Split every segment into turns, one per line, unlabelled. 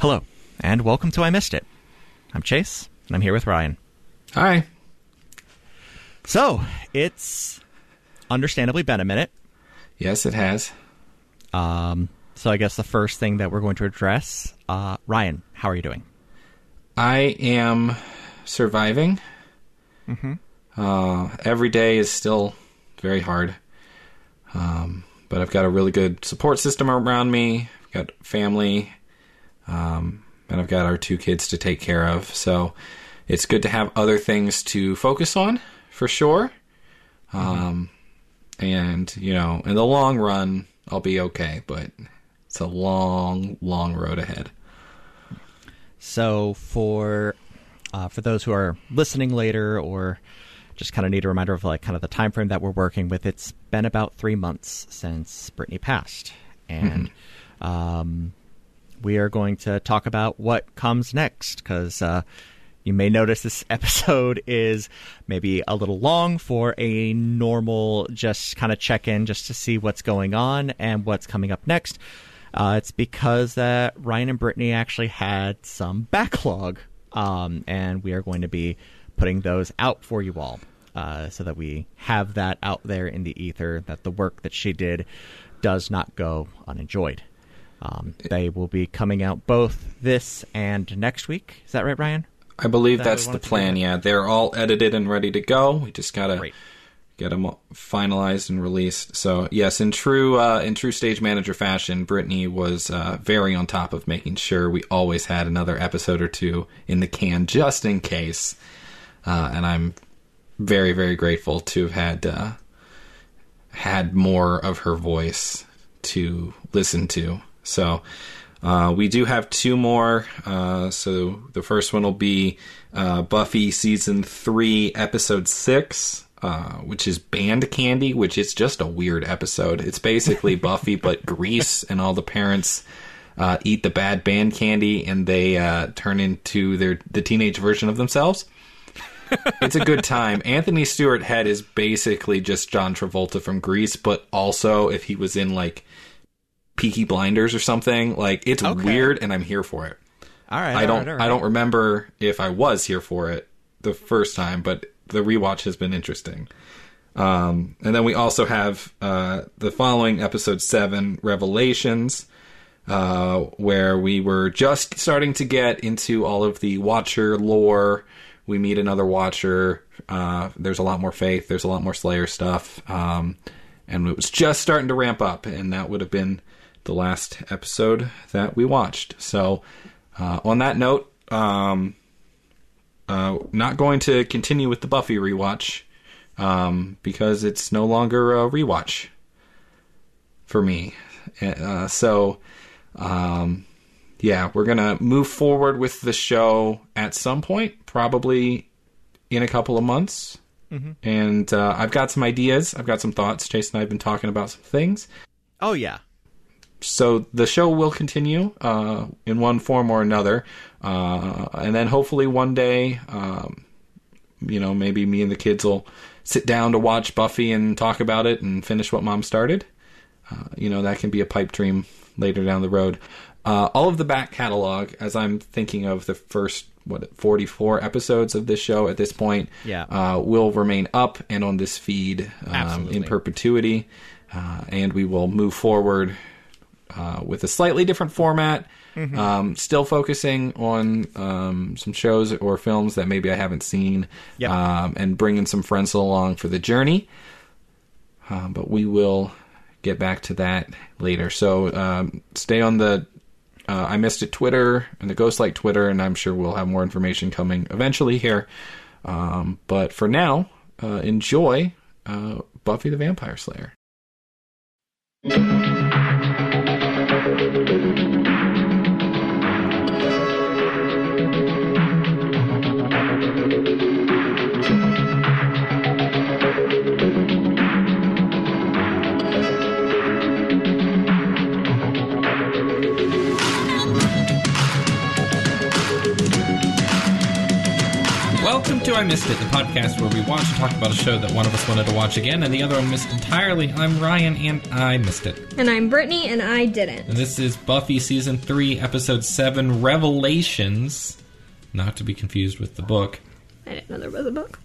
Hello, and welcome to I Missed It. I'm Chase, and I'm here with Ryan.
Hi.
So, it's understandably been a minute.
Yes, it has.
Um, so, I guess the first thing that we're going to address uh, Ryan, how are you doing?
I am surviving. Mm-hmm. Uh, every day is still very hard. Um, but I've got a really good support system around me. I've got family, um, and I've got our two kids to take care of. So it's good to have other things to focus on for sure. Um, and you know, in the long run, I'll be okay. But it's a long, long road ahead.
So, for uh, for those who are listening later or just kind of need a reminder of like kind of the time frame that we're working with, it's been about three months since Brittany passed, and um, we are going to talk about what comes next because uh, you may notice this episode is maybe a little long for a normal just kind of check in just to see what's going on and what's coming up next. Uh, it's because that Ryan and Brittany actually had some backlog, um, and we are going to be putting those out for you all uh, so that we have that out there in the ether that the work that she did does not go unenjoyed. Um, they will be coming out both this and next week. Is that right, Ryan?
I believe
That we
that's the
wanted to
plan.
do
Yeah, they're all edited and ready to go. We just gotta
Great.
get them finalized and released. So yes, in true uh, in true stage manager fashion, Brittany was uh, very on top of making sure we always had another episode or two in the can just in case. Uh, and I'm very very grateful to have had uh, had more of her voice to listen to. So uh, we do have two more. Uh, so the first one will be uh, Buffy season three, episode six, uh, which is Band Candy, which is just a weird episode. It's basically Buffy but Grease, and all the parents. Uh, eat the bad band candy and they uh, turn into their the teenage version of themselves it's a good time. Anthony Stewart Head is basically just John Travolta from Grease, but also if he was in like Peaky Blinders or something, like it's
Okay.
weird, and I'm here for it.
All right.
I
all
don't,
right, all right.
I don't remember if I was here for it the first time, but the rewatch has been interesting. Um, and then we also have uh, the following episode seven, Revelations, uh, where we were just starting to get into all of the Watcher lore. We meet another Watcher. Uh, there's a lot more faith. There's a lot more Slayer stuff. Um, and it was just starting to ramp up, and that would have been the last episode that we watched. So, uh, on that note, um, uh, not going to continue with the Buffy rewatch um, because it's no longer a rewatch for me. Uh, so, um, yeah, we're gonna move forward with the show at some point, probably in a couple of months. And uh, I've got some ideas. I've got some thoughts. Chase and I have been talking about some things.
Oh yeah.
So the show will continue uh, in one form or another, uh, and then hopefully one day, um, you know, maybe me and the kids will sit down to watch Buffy and talk about it and finish what Mom started. Uh, you know, that can be a pipe dream later down the road. Uh, all of the back catalog, as I'm thinking of the first what 44 episodes of this show at this point,
Yeah.
uh, will remain up and on this feed um, in
Absolutely.
perpetuity, uh, and we will move forward uh, with a slightly different format, um, still focusing on um, some shows or films that maybe I haven't seen,
Yep.
um, and bringing some friends along for the journey. Um, but we will get back to that later. So um, stay on the uh, I missed it Twitter and the Ghostlight Twitter, and I'm sure we'll have more information coming eventually here. Um, but for now, uh, enjoy uh, Buffy the Vampire Slayer. Welcome to I Missed It, the podcast where we watch and talk about a show that one of us wanted to watch again and the other one missed entirely. I'm Ryan and I missed it.
And I'm Brittany, and I didn't.
And this is Buffy Season 3, Episode 7, Revelations. Not to be confused with the book
I didn't know there was a book.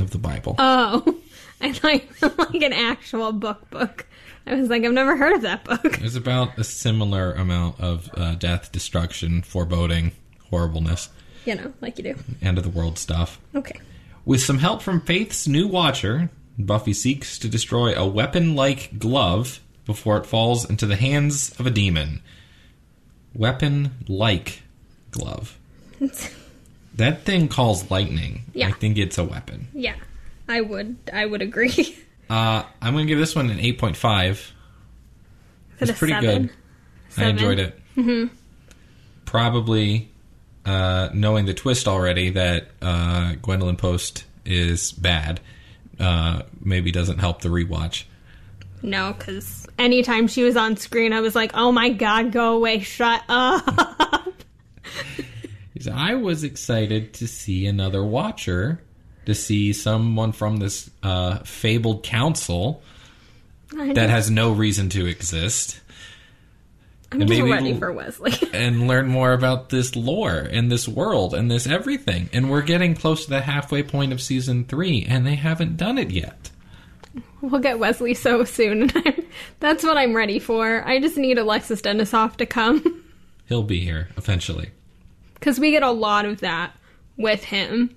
of the Bible.
Oh, I thought you meant like an actual book book. I was like, I've never heard of that book.
There's about a similar amount of uh, death, destruction, foreboding, horribleness,
You know, like you do.
end of the world stuff.
Okay.
With some help from Faith's new watcher, Buffy seeks to destroy a weapon like glove before it falls into the hands of a demon. Weapon like glove. That thing calls lightning.
Yeah.
I think it's a weapon.
Yeah, I would. I would agree.
Uh, I'm going to give this one an 8.5.
It's
pretty good. I
Seven.
enjoyed it. Mm-hmm. Probably uh, knowing the twist already that uh, Gwendolyn Post is bad uh, maybe doesn't help the rewatch.
No, because anytime she was on screen, I was like, oh my god, go away, shut up.
Because I was excited to see another Watcher, to see someone from this uh, fabled council that has no reason to exist,
I'm
and
just
maybe
ready
we'll-
for Wesley.
and learn more about this lore and this world and this everything. And we're getting close to the halfway point of season three, and they haven't done it yet.
we'll get Wesley so soon. and I'm- That's what I'm ready for. I just need Alexis Denisov to come.
He'll be here eventually.
Because we get a lot of that with him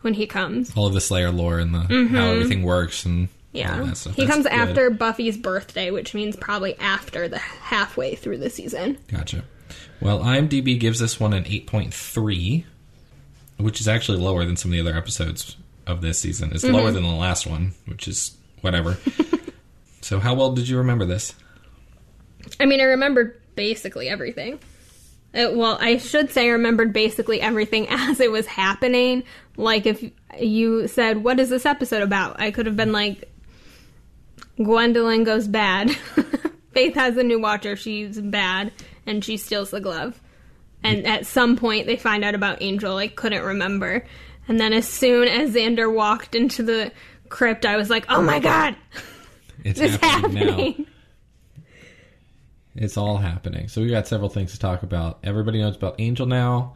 when he comes.
All of the Slayer lore and the how everything works and all
Mm-hmm. Yeah.
that stuff.
He
That's
comes
good.
after Buffy's birthday, which means probably after the halfway through the season.
Gotcha. Well, IMDb gives this one an 8.3, which is actually lower than some of the other episodes of this season. It's lower
Mm-hmm.
than the last one, which is whatever. so, how well did you remember this?
I mean, I remembered basically everything. Uh well, I should say I remembered basically everything as it was happening. Like, if you said, What is this episode about? I could have been like, Gwendolyn goes bad. Faith has a new watcher. She's bad, and she steals the glove. And at some point, they find out about Angel. I couldn't remember. And then as soon as Xander walked into the crypt, I was like, Oh my god,
It's
this is
happening,
happening.
now. It's all happening. So, we got several things to talk about. Everybody knows about Angel now.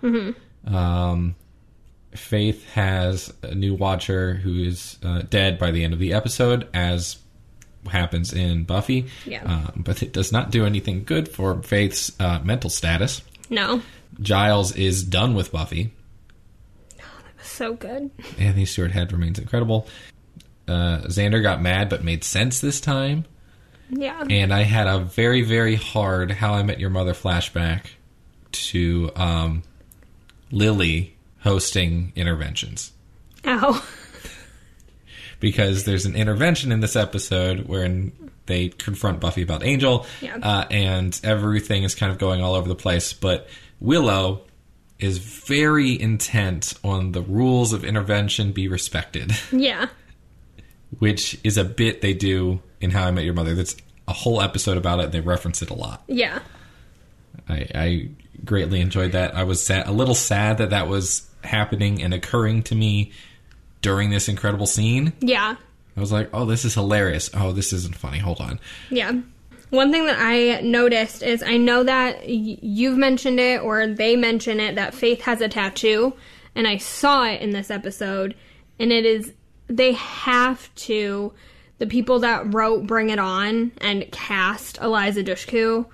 Um, Faith has a new watcher who is uh, dead by the end of the episode, as happens in Buffy.
Yeah.
Uh, but it does not do anything good for Faith's uh, mental status.
No.
Giles is done with Buffy.
So good.
Anthony Stewart Head remains incredible. Uh, Xander got mad but made sense this time.
Yeah.
And I had a very, very hard How I Met Your Mother flashback to um, Lily hosting interventions.
Ow.
because there's an intervention in this episode wherein they confront Buffy about Angel,
Yeah.
uh, and everything is kind of going all over the place. But Willow is very intent on the rules of intervention be respected,
Yeah.
which is a bit they do in How I Met Your Mother. That's a whole episode about it. They reference it a lot.
Yeah.
I, I greatly enjoyed that. I was sad, a little sad that that was happening and occurring to me during this incredible scene.
Yeah.
I was like, oh, this is hilarious. Oh, this isn't funny. Hold on.
Yeah. One thing that I noticed is I know that y- you've mentioned it or they mention it that Faith has a tattoo, and I saw it in this episode, and it is they have to the people that wrote Bring It On and cast Eliza Dushku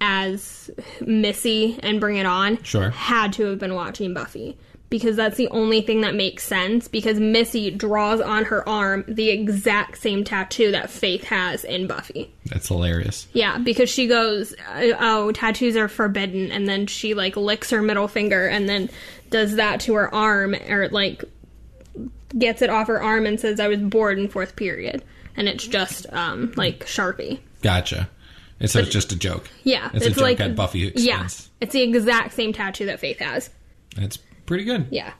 as Missy and Bring It On
Sure.
had to have been watching Buffy because that's the only thing that makes sense because Missy draws on her arm the exact same tattoo that Faith has in Buffy.
That's hilarious.
Yeah, because she goes, "Oh, tattoos are forbidden," and then she like licks her middle finger and then does that to her arm or like gets it off her arm and says, "I was bored in fourth period." And it's just um like Sharpie.
Gotcha. And so it's just a joke.
Yeah,
It's, a joke at Buffy
Yeah,
expense.
it's the exact same tattoo that Faith has.
That's pretty good.
Yeah.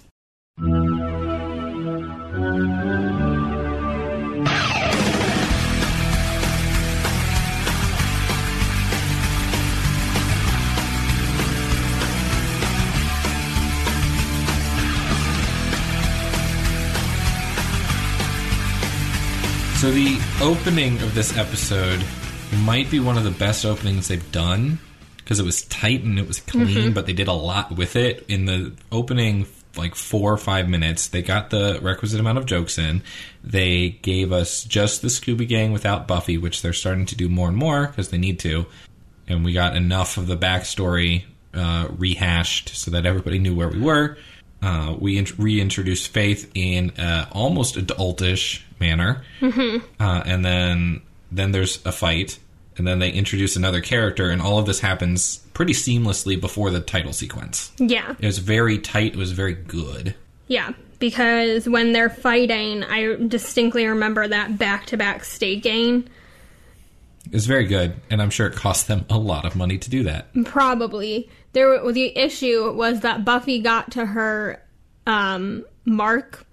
So the opening of this episode might be one of the best openings they've done because it was tight and it was clean, but they did a lot with it in the opening like four or five minutes. They got the requisite amount of jokes in. They gave us just the Scooby Gang without Buffy, which they're starting to do more and more because they need to. And we got enough of the backstory uh, rehashed so that everybody knew where we were. Uh, we int- reintroduced Faith in uh, almost adultish manner uh, and then then there's a fight, and then they introduce another character, and all of this happens pretty seamlessly before the title sequence.
Yeah.
It was very tight. It was very good.
Yeah, because when they're fighting, I distinctly remember that back to back staking.
It was very good, and I'm sure it cost them a lot of money to do that.
Probably. There w- the issue was that Buffy got to her um mark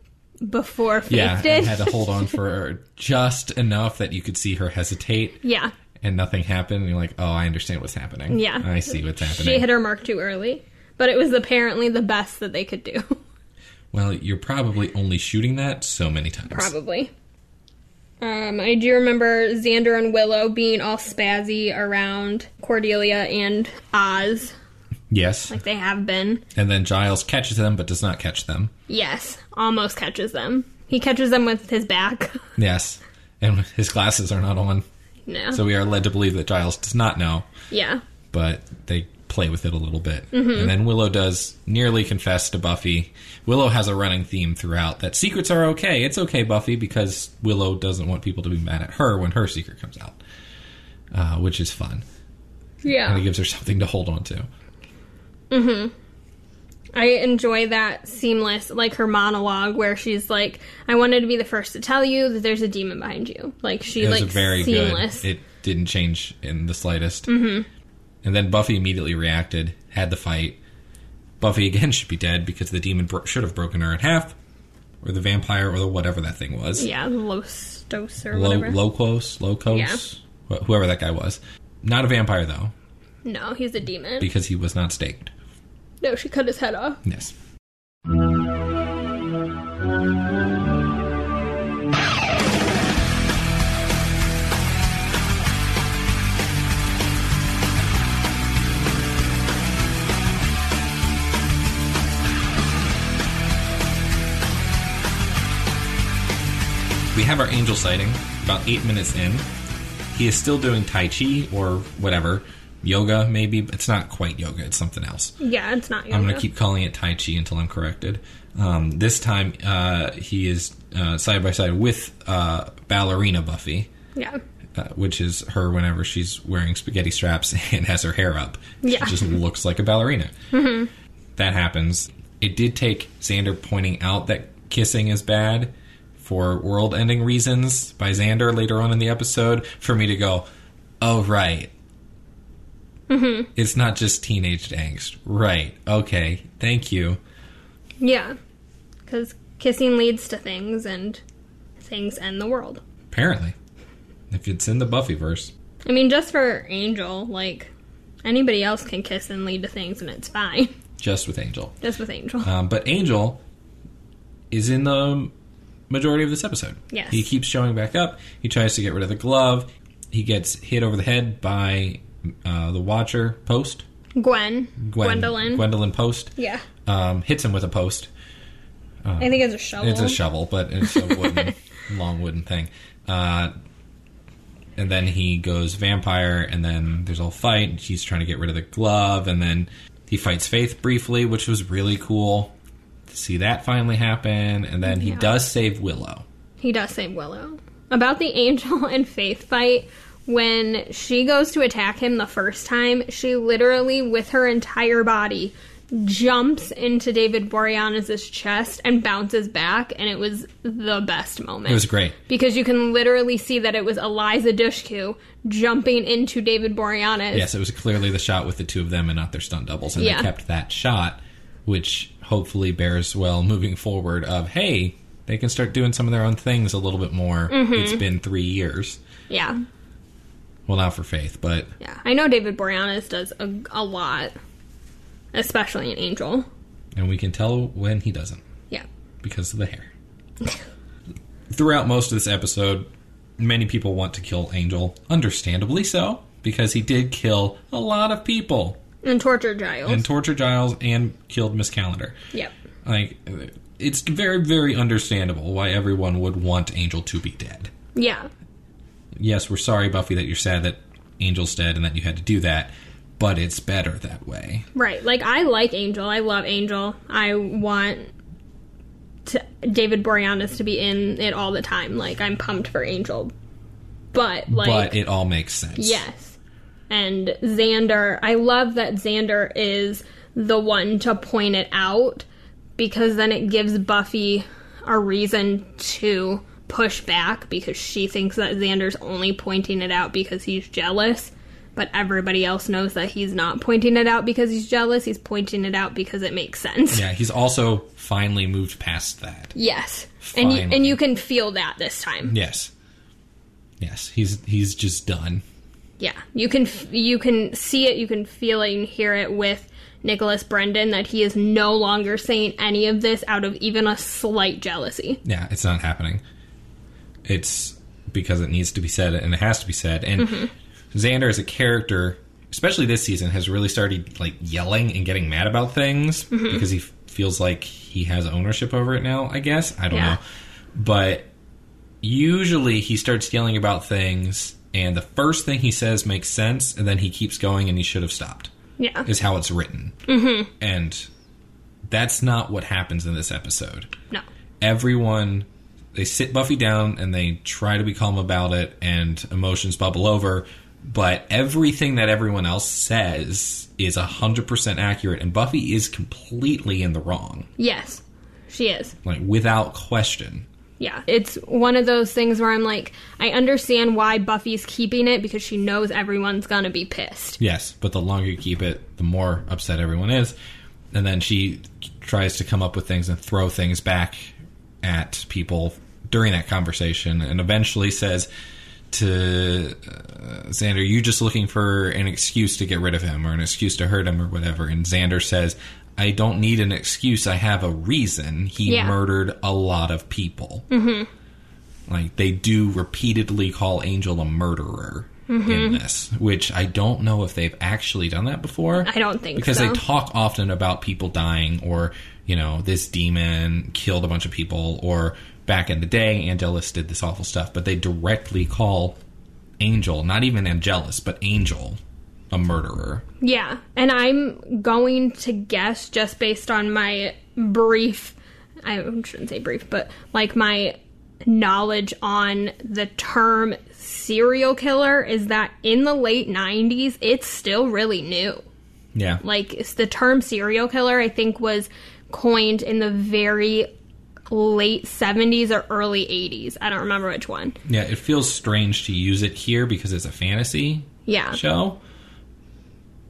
before Faith
Yeah,
did.
and had to hold on for just enough that you could see her hesitate,
yeah.
and nothing happened. And you're like, oh, I understand what's happening.
Yeah.
I see what's happening.
She hit her mark too early. But it was apparently the best that they could do.
well, you're probably only shooting that so many times.
Probably. Um, I do remember Xander and Willow being all spazzy around Cordelia and Oz,
Yes,
like they have been.
and then Giles catches them, but does not catch them.
Yes, almost catches them. He catches them with his back.
Yes. And his glasses are not on.
no.
So we are led to believe that Giles does not know,
yeah.
but they play with it a little bit. And then Willow does nearly confess to Buffy. Willow has a running theme throughout that secrets are okay. It's okay, Buffy, because Willow doesn't want people to be mad at her when her secret comes out, uh, which is fun. And it
Yeah.
gives her something to hold on to.
I enjoy that seamless, like her monologue where she's like, I wanted to be the first to tell you that there's a demon behind you. Like she,
It was
like,
very
seamless. Mm-hmm.
good. e- It didn't change in the slightest. And then Buffy immediately reacted, had the fight. Buffy again should be dead because the demon bro- should have broken her in half, or the vampire, or the whatever that thing was.
yeah, Lostos or
Lo-
whatever.
Locos, Locos, wh- whoever that guy was. Not a vampire though,
no, he's a demon.
because he was not staked.
no, she cut his head off.
Yes. We have our angel sighting about eight minutes in. He is still doing Tai Chi or whatever, yoga maybe. but It's not quite yoga, it's something else.
Yeah, it's not yoga.
I'm going to keep calling it Tai Chi until I'm corrected. Um, this time, uh, he is uh, side by side with uh, Ballerina Buffy,
Yeah.
uh, which is her whenever she's wearing spaghetti straps and has her hair up.
Yeah.
She just looks like a ballerina. That happens. It did take Xander pointing out that kissing is bad for world ending reasons by Xander later on in the episode for me to go, oh, right. It's not just teenage angst. Right. Okay. Thank you.
Yeah. Because kissing leads to things and things end the world.
Apparently. If it's in the Buffyverse.
I mean, just for Angel, like anybody else can kiss and lead to things, and it's fine.
Just with Angel.
Just with Angel,
Um, but Angel is in the majority of this episode.
Yes.
He keeps showing back up. He tries to get rid of the glove. He gets hit over the head by uh, the Watcher Post.
Gwen,
Gwen-
Gwendolyn.
Gwendolyn Post.
Yeah,
Um, hits him with a post.
I think it's a shovel.
It's a shovel, but it's a wooden, long wooden thing. Uh, and then he goes vampire, and then there's a whole fight. He's trying to get rid of the glove, and then he fights Faith briefly, which was really cool to see that finally happen. And then he
Yeah.
does save Willow.
He does save Willow. About the Angel and Faith fight, when she goes to attack him the first time, she literally, with her entire body, jumps into David Boreanaz's chest and bounces back, and it was the best moment.
It was great.
Because you can literally see that it was Eliza Dushku jumping into David Boreanaz.
Yes, it was clearly the shot with the two of them and not their stunt doubles, and
Yeah.
they kept that shot, which hopefully bears well moving forward. Of hey, they can start doing some of their own things a little bit more.
Mm-hmm.
It's been three years.
Yeah.
Well, not for Faith, but
Yeah. I know David Boreanaz does a, a lot, especially in Angel.
and we can tell when he doesn't
Yeah.
because of the hair. Throughout most of this episode, many people want to kill Angel, understandably so, because he did kill a lot of people
And torture Giles.
and tortured Giles and killed Miss Calendar.
yep.
Like, it's very, very understandable why everyone would want Angel to be dead.
Yeah.
Yes, we're sorry, Buffy, that you're sad that Angel's dead and that you had to do that, but it's better that way.
Right. Like I like Angel. I love Angel. I want to, David Boreanaz to be in it all the time. Like I'm pumped for Angel. But like
but it all makes sense.
yes. And Xander, I love that Xander is the one to point it out because then it gives Buffy a reason to push back because she thinks that Xander's only pointing it out because he's jealous. But everybody else knows that he's not pointing it out because he's jealous. He's pointing it out because it makes sense.
Yeah, he's also finally moved past that.
Yes. And you, and
Finally.
you can feel that this time.
Yes. Yes, he's he's just done.
Yeah, you can f- you can see it, you can feel it, you can hear it with Nicholas Brendan that he is no longer saying any of this out of even a slight jealousy.
Yeah, it's not happening. It's because it needs to be said and it has to be said. And Xander as a character, especially this season, has really started like yelling and getting mad about things because he f- feels like he has ownership over it now. I guess I don't
Yeah.
know, but usually he starts yelling about things, and the first thing he says makes sense, and then he keeps going, and he should have stopped.
Yeah,
Is how it's written, mm-hmm. and that's not what happens in this episode
no,
everyone they sit Buffy down and they try to be calm about it and emotions bubble over, but everything that everyone else says is 100% accurate and Buffy is completely in the wrong,
yes, she is.
like without question.
Yeah, it's one of those things where I'm like, I understand why Buffy's keeping it because she knows everyone's gonna be pissed.
Yes, but the longer you keep it, the more upset everyone is. And then she tries to come up with things and throw things back at people during that conversation and eventually says to uh, Xander, you just looking for an excuse to get rid of him or an excuse to hurt him or whatever. And Xander says, I don't need an excuse. I have a reason. He
Yeah.
murdered a lot of people. Like they do repeatedly call Angel a murderer
Mm-hmm.
in this, which I don't know if they've actually done that before.
I don't think
because
so.
they talk often about people dying or you know this demon killed a bunch of people or back in the day Angelus did this awful stuff, but they directly call Angel, not even Angelus, but Angel, a murderer.
Yeah, and I'm going to guess just based on my brief, I shouldn't say brief, but like my knowledge on the term serial killer is that in the late 90s, it's still really new.
Yeah,
Like, it's the term serial killer, I think, was coined in the very late 70s or early 80s. I don't remember which one.
yeah. It feels strange to use it here because it's a fantasy
Yeah.
show,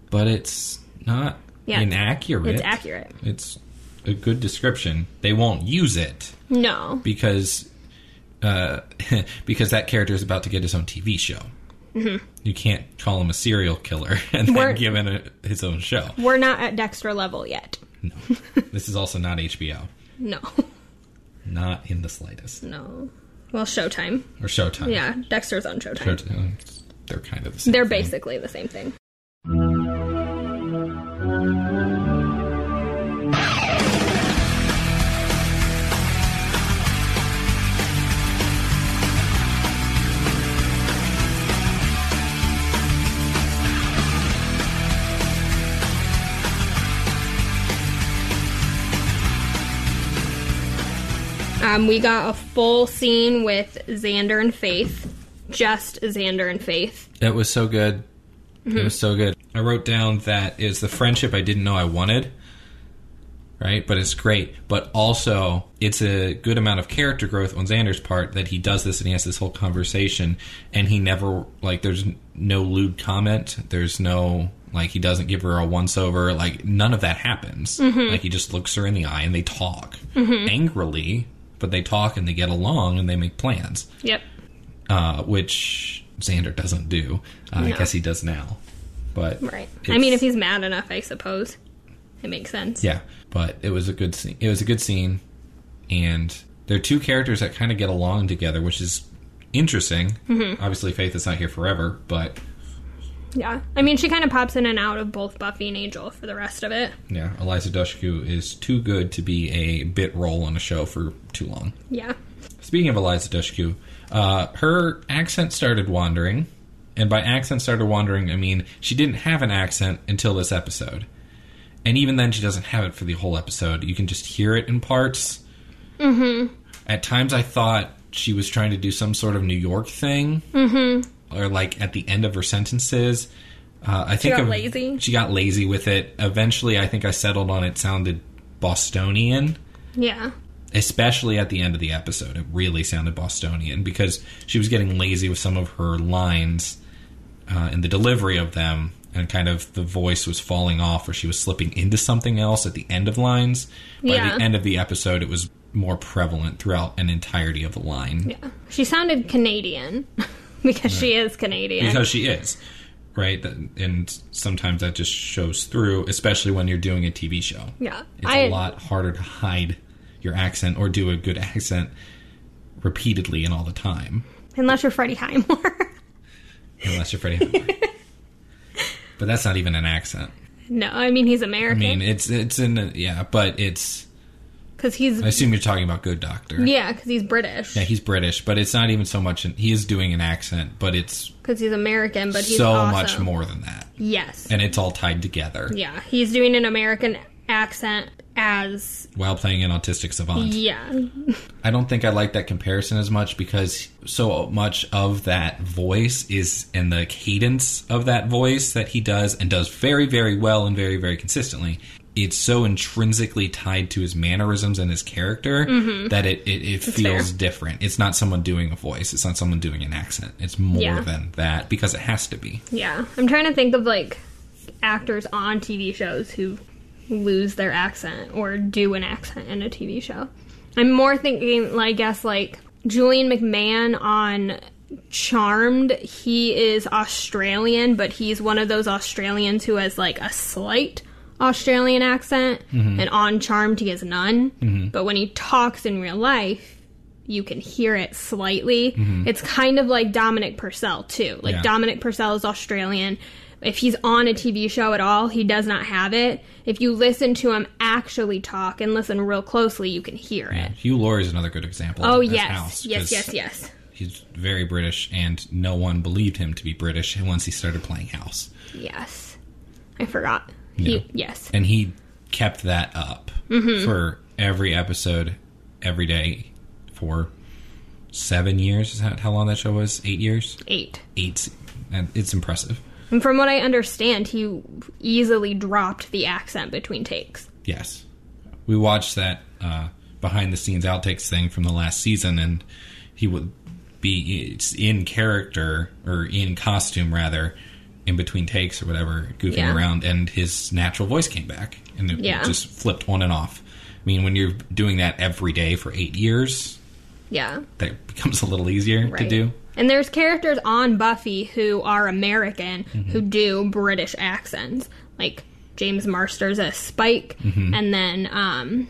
but it's not
Yeah, it's-
inaccurate.
It's accurate.
It's a good description. They won't use it
No.
because uh, because that character is about to get his own TV show. You can't call him a serial killer and then
Mm-hmm. We're-
give him a, his own show.
We're not at Dexter level yet.
This is also not HBO,
No.
not in the slightest,
No. Well, Showtime.
or Showtime.
Yeah, Dexter's on Showtime.
Showtime. They're kind of the same.
They're
thing.
basically the same thing. Um, we got a full scene with Xander and Faith, just Xander and Faith.
That was so good. It was so good. I wrote down that is the friendship I didn't know I wanted. Right? But it's great. But also, it's a good amount of character growth on Xander's part that he does this and he has this whole conversation and he never, like, there's no lewd comment. There's no, like, he doesn't give her a once over. Like, none of that happens. Like, he just looks her in the eye and they talk angrily, but they talk and they get along and they make plans
Yep.
uh, which Xander doesn't do. Uh, I
No.
guess he does now, but
Right. I
it's-
mean, if he's mad enough, I suppose it makes sense.
yeah. But it was a good scene. It was a good scene, and there are two characters that kind of get along together, which is interesting. Obviously, Faith is not here forever, but
Yeah. I mean, she kind of pops in and out of both Buffy and Angel for the rest of it.
yeah, Eliza Dushku is too good to be a bit role on a show for too long.
Yeah.
Speaking of Eliza Dushku, uh, her accent started wandering, and by accent started wandering, I mean she didn't have an accent until this episode, and even then, she doesn't have it for the whole episode. You can just hear it in parts. Mm-hmm. At times, I thought she was trying to do some sort of New York thing, mm-hmm. or like at the end of her sentences. Uh, I think
got
of-
lazy?
She got lazy with it. Eventually, I think I settled on it sounded Bostonian
Yeah.
especially at the end of the episode, it really sounded Bostonian because she was getting lazy with some of her lines uh, and the delivery of them, and kind of the voice was falling off, or she was slipping into something else at the end of lines. By
Yeah.
the end of the episode, it was more prevalent throughout an entirety of the line
Yeah. She sounded Canadian because she is Canadian.
because she is right, That- and sometimes that just shows through, especially when you're doing a TV show.
yeah.
It's
I-
a lot harder to hide your accent or do a good accent repeatedly and all the time,
Unless you're Freddie Highmore.
unless you're Freddie. Highmore. but that's not even an accent.
no, I mean, he's
I
American.
mean, it's it's in a, yeah, but it's.
Because he's.
I assume you're talking about Good Doctor.
yeah, because he's British.
Yeah, he's British, but it's not even so much. An, he is doing an accent, but it's
Because he's American, but he's
so
awesome.
much more than that,
Yes.
and it's all tied together
yeah. He's doing an American accent as.
while playing an autistic savant.
Yeah.
I don't think I like that comparison as much because so much of that voice is in the cadence of that voice that he does and does very, very well and very, very consistently. It's so intrinsically tied to his mannerisms and his character that it, it, it feels
Mm-hmm. fair.
different. It's not someone doing a voice, it's not someone doing an accent. It's more
Yeah.
than that because it has to be.
Yeah, I'm trying to think of like actors on TV shows who lose their accent or do an accent in a TV show. I'm more thinking, I guess, like Julian McMahon on Charmed. He is Australian, but he's one of those Australians who has like a slight Australian accent, and on Charmed he has none. But when he talks in real life, you can hear it slightly. It's kind of like Dominic Purcell too. Like
Yeah.
Dominic Purcell is Australian. If he's on a TV show at all, he does not have it. If you listen to him actually talk and listen real closely, you can hear it.
Hugh Laurie is another good example.
Oh
as
yes,
House,
yes,
'cause
yes, yes.
He's very British, and no one believed him to be British once he started playing House.
Yes. I forgot. He,
Yeah.
Yes.
and he kept that up for every episode every day for seven years is that how long that show was eight years
Eight.
eight se- and it's impressive
And from what I understand, he easily dropped the accent between takes.
yes we watched that uh, behind the scenes outtakes thing from the last season and he would be it's in character or in costume rather in between takes or whatever goofing
Yeah.
around and his natural voice came back and it
Yeah.
just flipped on and off i mean when you're doing that every day for eight years
Yeah.
that becomes a little easier to
Right.
do.
And there's characters on Buffy who are American
Mm-hmm.
who do British accents, like James Marsters as Spike,
Mm-hmm.
and then um,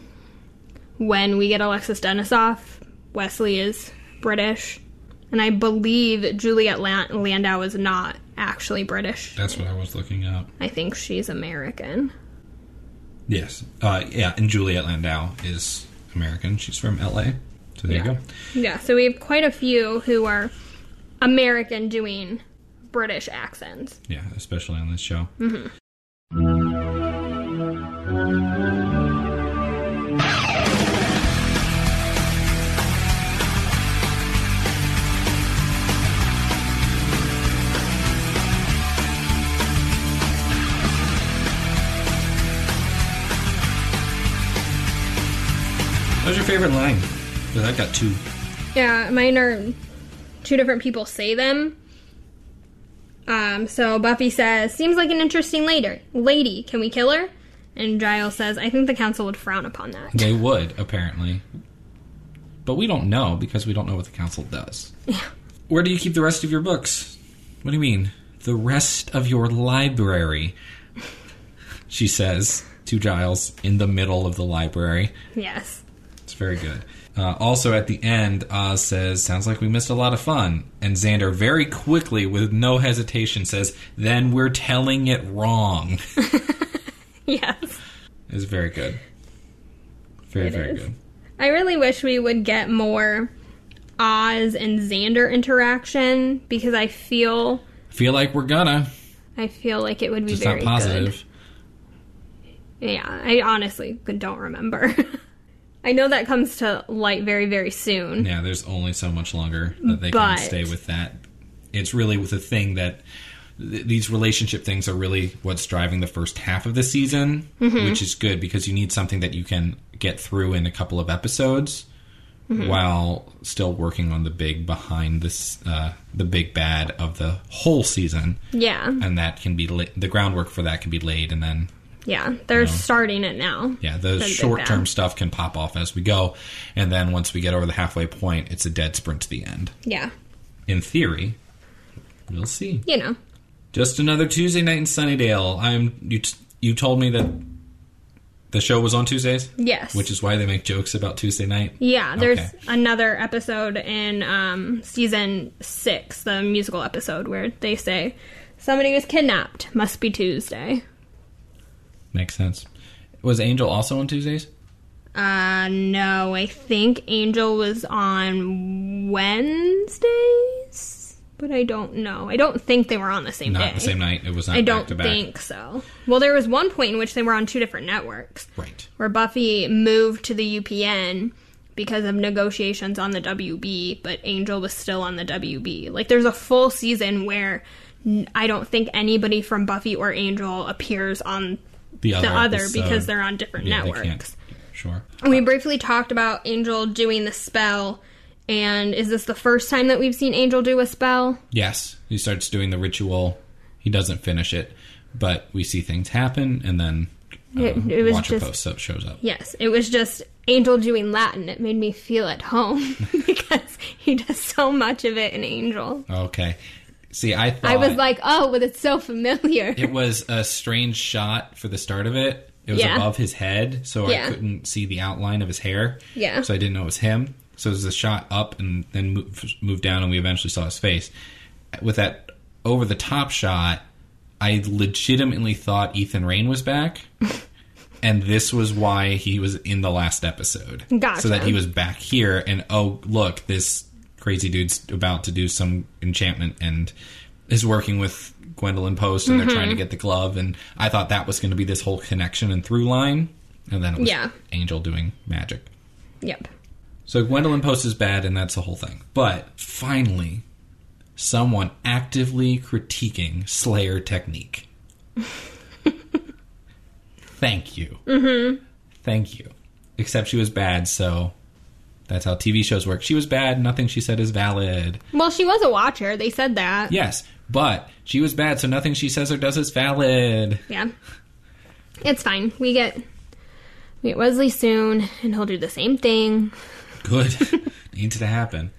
when we get Alexis Denisoff, Wesley is British, and I believe Juliet Lan- Landau is not actually British.
That's what I was looking up.
I think she's American.
Yes. Uh, yeah, and Juliet Landau is American. She's from LA. So there
Yeah.
you go.
Yeah, so we have quite a few who are American doing British accents.
Yeah, especially on this show. What was your favorite line? 'Cause I got two.
Yeah, mine are two different people say them. Um, so Buffy says, "Seems like an interesting later lady. Can we kill her?" And Giles says, "I think the council would frown upon that."
They would, apparently. But we don't know because we don't know what the council does. Where do you keep the rest of your books? What do you mean? The rest of your library, she says to Giles in the middle of the library.
Yes,
It's very good. Uh, also, at the end, Oz says, Sounds like we missed a lot of fun. And Xander very quickly, with no hesitation, says, Then we're telling it wrong.
Yes.
it's very good. Very,
It
very
is.
good.
I really wish we would get more Oz and Xander interaction because I feel
Feel like we're gonna,
I feel like it would be
just
very
not positive.
good. Yeah, I honestly don't remember. I know that comes to light very very soon.
Yeah, there's only so much longer that they
But-
can stay with that. It's really with the thing that th- these relationship things are really what's driving the first half of the season,
Mm-hmm.
which is good because you need something that you can get through in a couple of episodes
Mm-hmm.
while still working on the big behind this uh, the big bad of the whole season,
Yeah.
and that can be la- the groundwork for that can be laid, and then
Yeah, they're starting it now.
yeah, the
Then big
short term
bad.
stuff can pop off as we go, and then once we get over the halfway point, it's a dead sprint to the end
Yeah.
in theory. We'll see.
You know.
Just another Tuesday night in Sunnydale. I'm you. T- you told me that the show was on Tuesdays,
Yes.
which is why they make jokes about Tuesday night.
Yeah, there's
Okay.
another episode in um, season six, the musical episode, where they say somebody was kidnapped. Must be Tuesday.
Makes sense. Was Angel also on Tuesdays?
Uh, no, I think Angel was on Wednesdays, but I don't know. I don't think they were on the same
Not
day.
the same night. It was not.
I don't
back to back.
think so. Well, there was one point in which they were on two different networks.
Right.
where Buffy moved to the UPN because of negotiations on the WB, but Angel was still on the WB. Like, there's a full season where n- I don't think anybody from Buffy or Angel appears on
The other.
the other
episode-
because they're on different
yeah, they
networks.
can't- Sure.
We briefly talked about Angel doing the spell, and is this the first time that we've seen Angel do a spell?
Yes. He starts doing the ritual. He doesn't finish it, but we see things happen, and then uh,
It- it was
Watcher
just-
Post so- shows up.
Yes, it was just Angel doing Latin. It made me feel at home because he does so much of it in Angel.
Okay. See, I thought
I was like, oh, but it's so familiar.
it was a strange shot for the start of it. It was
Yeah.
above his head, so
Yeah.
I couldn't see the outline of his hair.
Yeah.
So I didn't know it was him. So it was a shot up and then move, moved down, and we eventually saw his face. With that over the top shot, I legitimately thought Ethan Rain was back. And this was why he was in the last episode.
Gotcha.
So that he was back here, and oh, look, this crazy dude's about to do some enchantment and is working with Gwendolyn Post, and they're trying to get the glove. And I thought that was going to be this whole connection and through line. And then it was
Yeah.
Angel doing magic.
yep.
So Gwendolyn Post is bad, and that's the whole thing. But finally, someone actively critiquing Slayer technique. Thank you. Mm-hmm. Thank you. Except she was bad, so that's how TV shows work. She was bad. Nothing she said is valid.
Well, she was a watcher. They said that.
Yes, but she was bad, so nothing she says or does is valid.
Yeah. It's fine. We get we get Wesley soon, and he'll do the same thing.
Good. Needs to happen.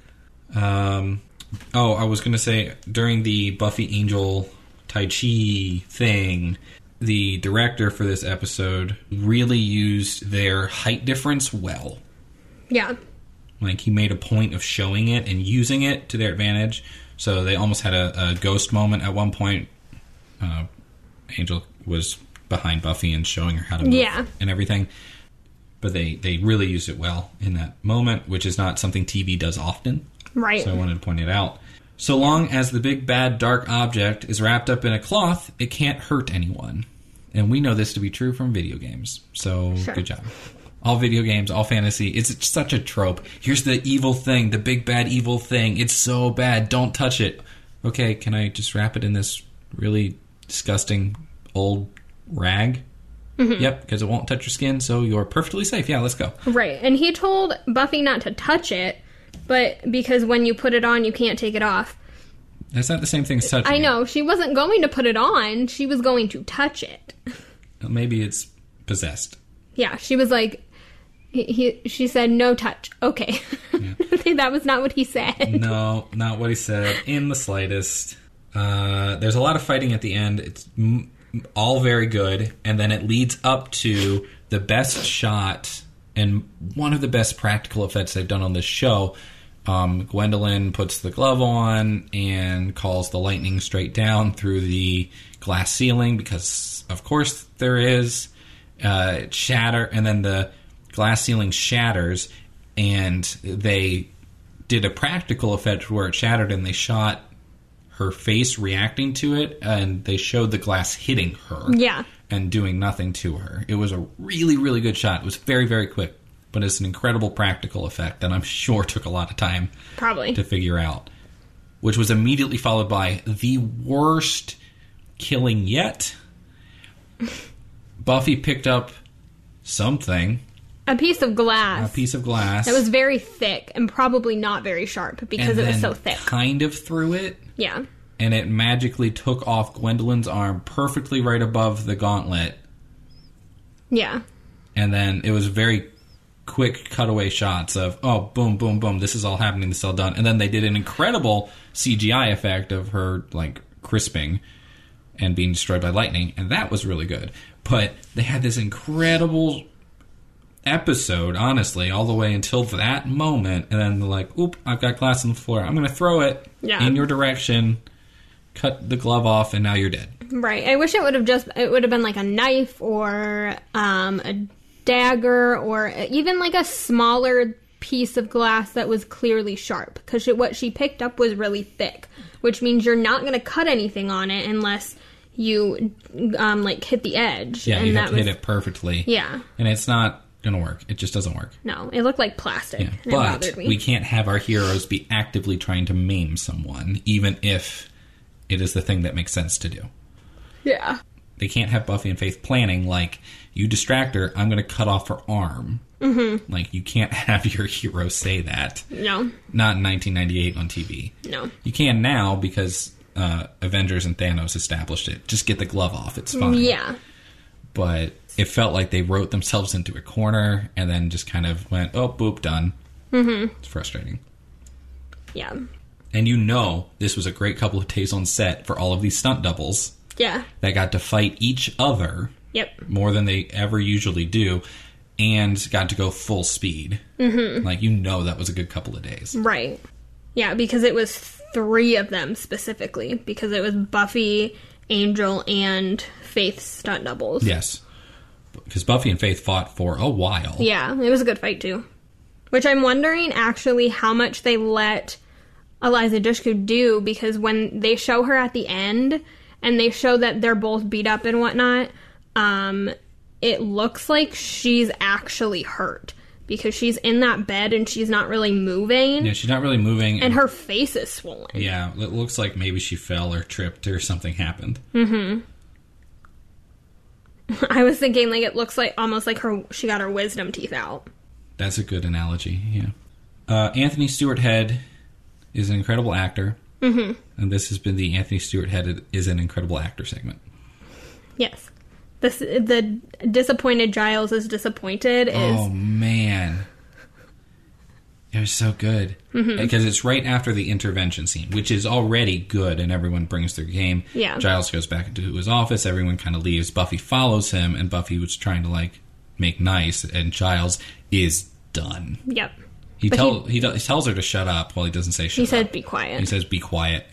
Um, oh, I was going to say during the Buffy Angel Tai Chi thing, the director for this episode really used their height difference well.
Yeah.
Like he made a point of showing it and using it to their advantage. So they almost had a, a ghost moment at one point. Uh, Angel was behind Buffy and showing her how to move
Yeah.
and everything. But they they really used it well in that moment, which is not something TV does often.
Right.
So I wanted to point it out. So long as the big bad dark object is wrapped up in a cloth, it can't hurt anyone. And we know this to be true from video games. So
Sure.
good job. All video games, all fantasy. It's such a trope. Here's the evil thing, the big bad evil thing. It's so bad. Don't touch it. Okay, can I just wrap it in this really disgusting old rag?
Mm-hmm.
Yep, because it won't touch your skin, so you're perfectly safe. Yeah, let's go.
right. And he told Buffy not to touch it, but because when you put it on, you can't take it off.
That's not the same thing as touching.
I
it.
know she wasn't going to put it on. She was going to touch it.
Maybe it's possessed.
Yeah, she was like, he, he she said no touch. Okay, that was not what he said.
No, not what he said in the slightest. Uh, there's a lot of fighting at the end. It's m- all very good, and then it leads up to the best shot and one of the best practical effects they've done on this show. Um, Gwendolyn puts the glove on and calls the lightning straight down through the glass ceiling because, of course, there is. Uh, it shatter, and then the glass ceiling shatters, and they did a practical effect where it shattered, and they shot her face reacting to it, and they showed the glass hitting her
Yeah.
and doing nothing to her. It was a really, really good shot. It was very, very quick, but it's an incredible practical effect that I'm sure took a lot of time
Probably.
to figure out, which was immediately followed by the worst killing yet. Buffy picked up something,
A piece of
a
glass.
piece of glass.
It was very thick and probably not very sharp because
and
it was
then
so thick.
Kind of threw it,
Yeah.
and it magically took off Gwendolyn's arm perfectly right above the gauntlet
Yeah.
and then it was very quick cutaway shots of oh boom boom boom this is all happening this is all done and then they did an incredible cgi effect of her like crisping and being destroyed by lightning and that was really good but they had this incredible episode honestly all the way until that moment and then they're like oop i've got glass on the floor i'm gonna throw it
Yeah.
in your direction cut the glove off and now you're dead
Right. I wish it would have just it would have been like a knife or um, a dagger or even like a smaller piece of glass that was clearly sharp because what she picked up was really thick, which means you're not going to cut anything on it unless you um, like hit the edge.
yeah
and
you
that
have to
was,
hit it perfectly
Yeah.
and it's not gonna work it just doesn't work
No, it looked like plastic. and it
But
bothered me.
we can't have our heroes be actively trying to maim someone, even if it is the thing that makes sense to do.
yeah.
They can't have Buffy and Faith planning, like, you distract her, I'm going to cut off her arm. Mm-hmm. Like, you can't have your hero say that.
No.
Not in 1998 on TV.
No.
You can now because uh, Avengers and Thanos established it. Just get the glove off, it's fine.
Yeah.
But it felt like they wrote themselves into a corner and then just kind of went, oh, boop, done. Mm-hmm. It's frustrating.
Yeah.
And you know this was a great couple of days on set for all of these stunt doubles
Yeah.
that got to fight each other
Yep.
more than they ever usually do and got to go full speed. Mm-hmm. Like, you know, that was a good couple of days.
Right. Yeah, because it was three of them specifically, because it was Buffy, Angel, and Faith's stunt doubles.
Yes. Because Buffy and Faith fought for a while.
Yeah, it was a good fight too. Which I'm wondering actually how much they let Eliza Dushku do because when they show her at the end and they show that they're both beat up and whatnot, um, it looks like she's actually hurt because she's in that bed and she's not really moving
Yeah, she's not really moving.
and her face is swollen.
yeah, it looks like maybe she fell or tripped or something happened.
I was thinking like it looks like almost like her she got her wisdom teeth out.
That's a good analogy. Yeah. Uh, Anthony Stewart Head is an incredible actor. Mm-hmm. And this has been the Anthony Stewart Head is an incredible actor segment.
Yes. This the disappointed Giles is disappointed is
Oh man, it was so good
Mm-hmm.
because it's right after the intervention scene, which is already good, and everyone brings their game.
Yeah.
Giles goes back into his office. Everyone kind of leaves. Buffy follows him, and Buffy was trying to like make nice, and Giles is done.
yep.
He
But
tell he, do- he tells her to shut up while he doesn't say shut
He
up.
said be quiet.
He says, "Be quiet,"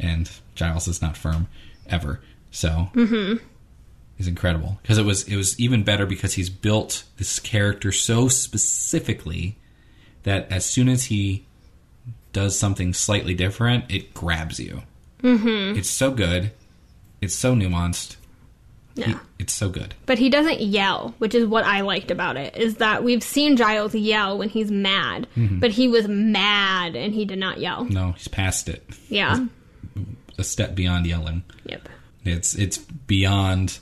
and Giles is not firm ever. So he's incredible because it was it was even better because he's built this character so specifically that as soon as he does something slightly different, it grabs you. Mm-hmm. It's so good. It's so nuanced.
yeah.
He- it's so good.
but he doesn't yell, which is what I liked about it. Is that we've seen Giles yell when he's mad, but he was mad and he did not yell.
No, he's past it.
Yeah.
A step beyond yelling.
Yep.
It's it's beyond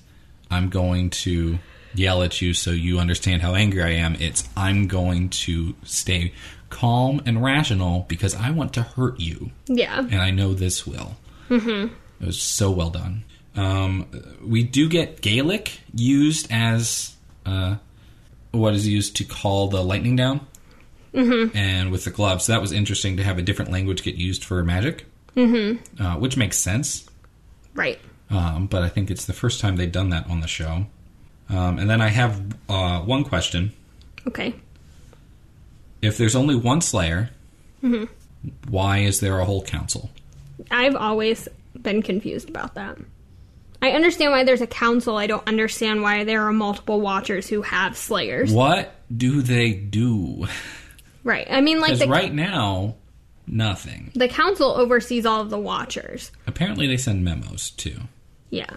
I'm going to yell at you so you understand how angry I am. It's I'm going to stay calm and rational because I want to hurt you
Yeah.
and I know this will. Mm-hmm. It was so well done. Um, we do get Gaelic used as uh, what is used to call the lightning down, mm-hmm. and with the gloves. So that was interesting to have a different language get used for magic, mm-hmm. uh, which makes sense
Right.
um, but I think it's the first time they've done that on the show. Um, and then I have uh, one question
Okay.
If there's only one Slayer,
Mm-hmm.
why is there a whole council?
I've always been confused about that. I understand why there's a council. I don't understand why there are multiple watchers who have slayers.
What do they do?
Right. I mean, like
Because
the,
right now, nothing.
the council oversees all of the watchers.
Apparently, they send memos too.
Yeah.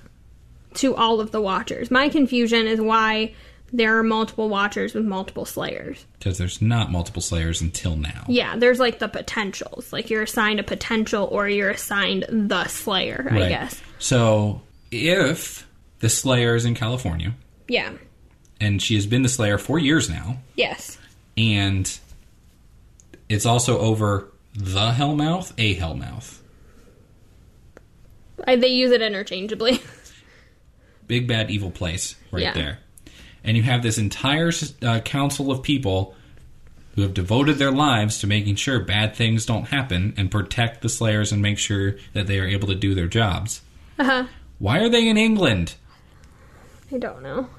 To all of the watchers. My confusion is why there are multiple watchers with multiple slayers.
Because there's not multiple Slayers until now.
Yeah, there's like the potentials. Like you're assigned a potential or you're assigned the slayer, I
Right.
guess.
So if the Slayer is in California,
Yeah.
and she has been the Slayer for years now,
Yes.
and it's also over the Hellmouth, a Hellmouth.
I, they use it interchangeably.
big bad evil place right
Yeah.
there and you have this entire uh, council of people who have devoted their lives to making sure bad things don't happen and protect the slayers and make sure that they are able to do their jobs
Uh-huh.
why are they in england
I don't know.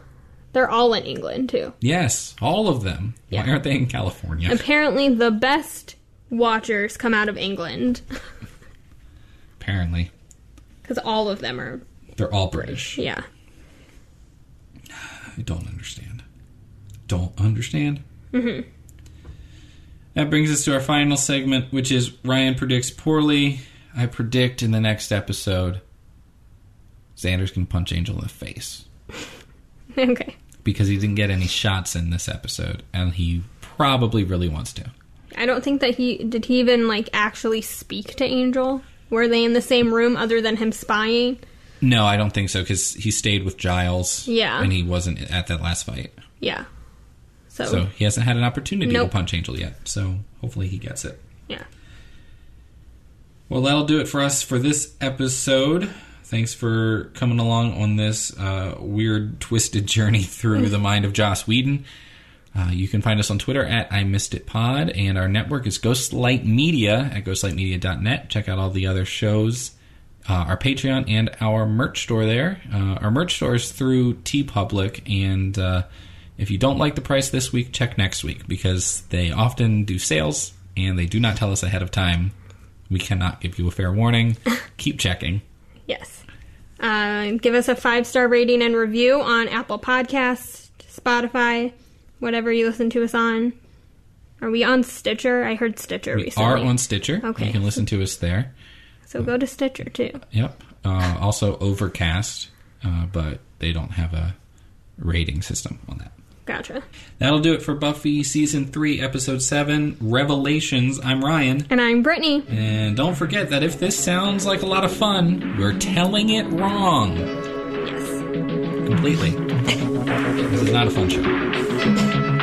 They're all in England, too.
yes all of them why
Yeah.
aren't they in california
Apparently, the best watchers come out of England
apparently
because all of them are,
they're all british
yeah.
i don't understand don't understand mm-hmm. that brings us to our final segment which is ryan predicts poorly i predict in the next episode Xander's gonna punch Angel in the face
okay.
because he didn't get any shots in this episode, and he probably really wants to.
I don't think that he did. He even like actually speak to Angel. Were they in the same room other than him spying?
No, I don't think so because he stayed with Giles.
Yeah.
and he wasn't at that last fight,
Yeah. So,
so he hasn't had an opportunity
Oh. Nope.
to punch Angel yet. So hopefully he gets it.
yeah.
Well, that'll do it for us for this episode. Thanks for coming along on this uh, weird, twisted journey through the mind of Joss Whedon. Uh, you can find us on Twitter at I Missed It Pod, and our network is Ghostlight Media at ghostlightmedia.net. Check out all the other shows, uh, our Patreon, and our merch store there. Uh, our merch store is through T Public, and uh, if you don't like the price this week, check next week because they often do sales and they do not tell us ahead of time. We cannot give you a fair warning. Keep checking.
Yes. Uh, give us a five star rating and review on Apple Podcasts, Spotify, whatever you listen to us on. Are we on Stitcher? I heard Stitcher
We
recently.
are on Stitcher.
Okay.
You can listen to us there.
so go to Stitcher too.
Yep. Uh, also Overcast, uh, but they don't have a rating system on that.
Gotcha.
That'll do it for Buffy Season 3, Episode 7, Revelations. I'm Ryan.
And I'm Brittany.
And don't forget that if this sounds like a lot of fun, we're telling it wrong
Yes.
completely. this is not a fun show.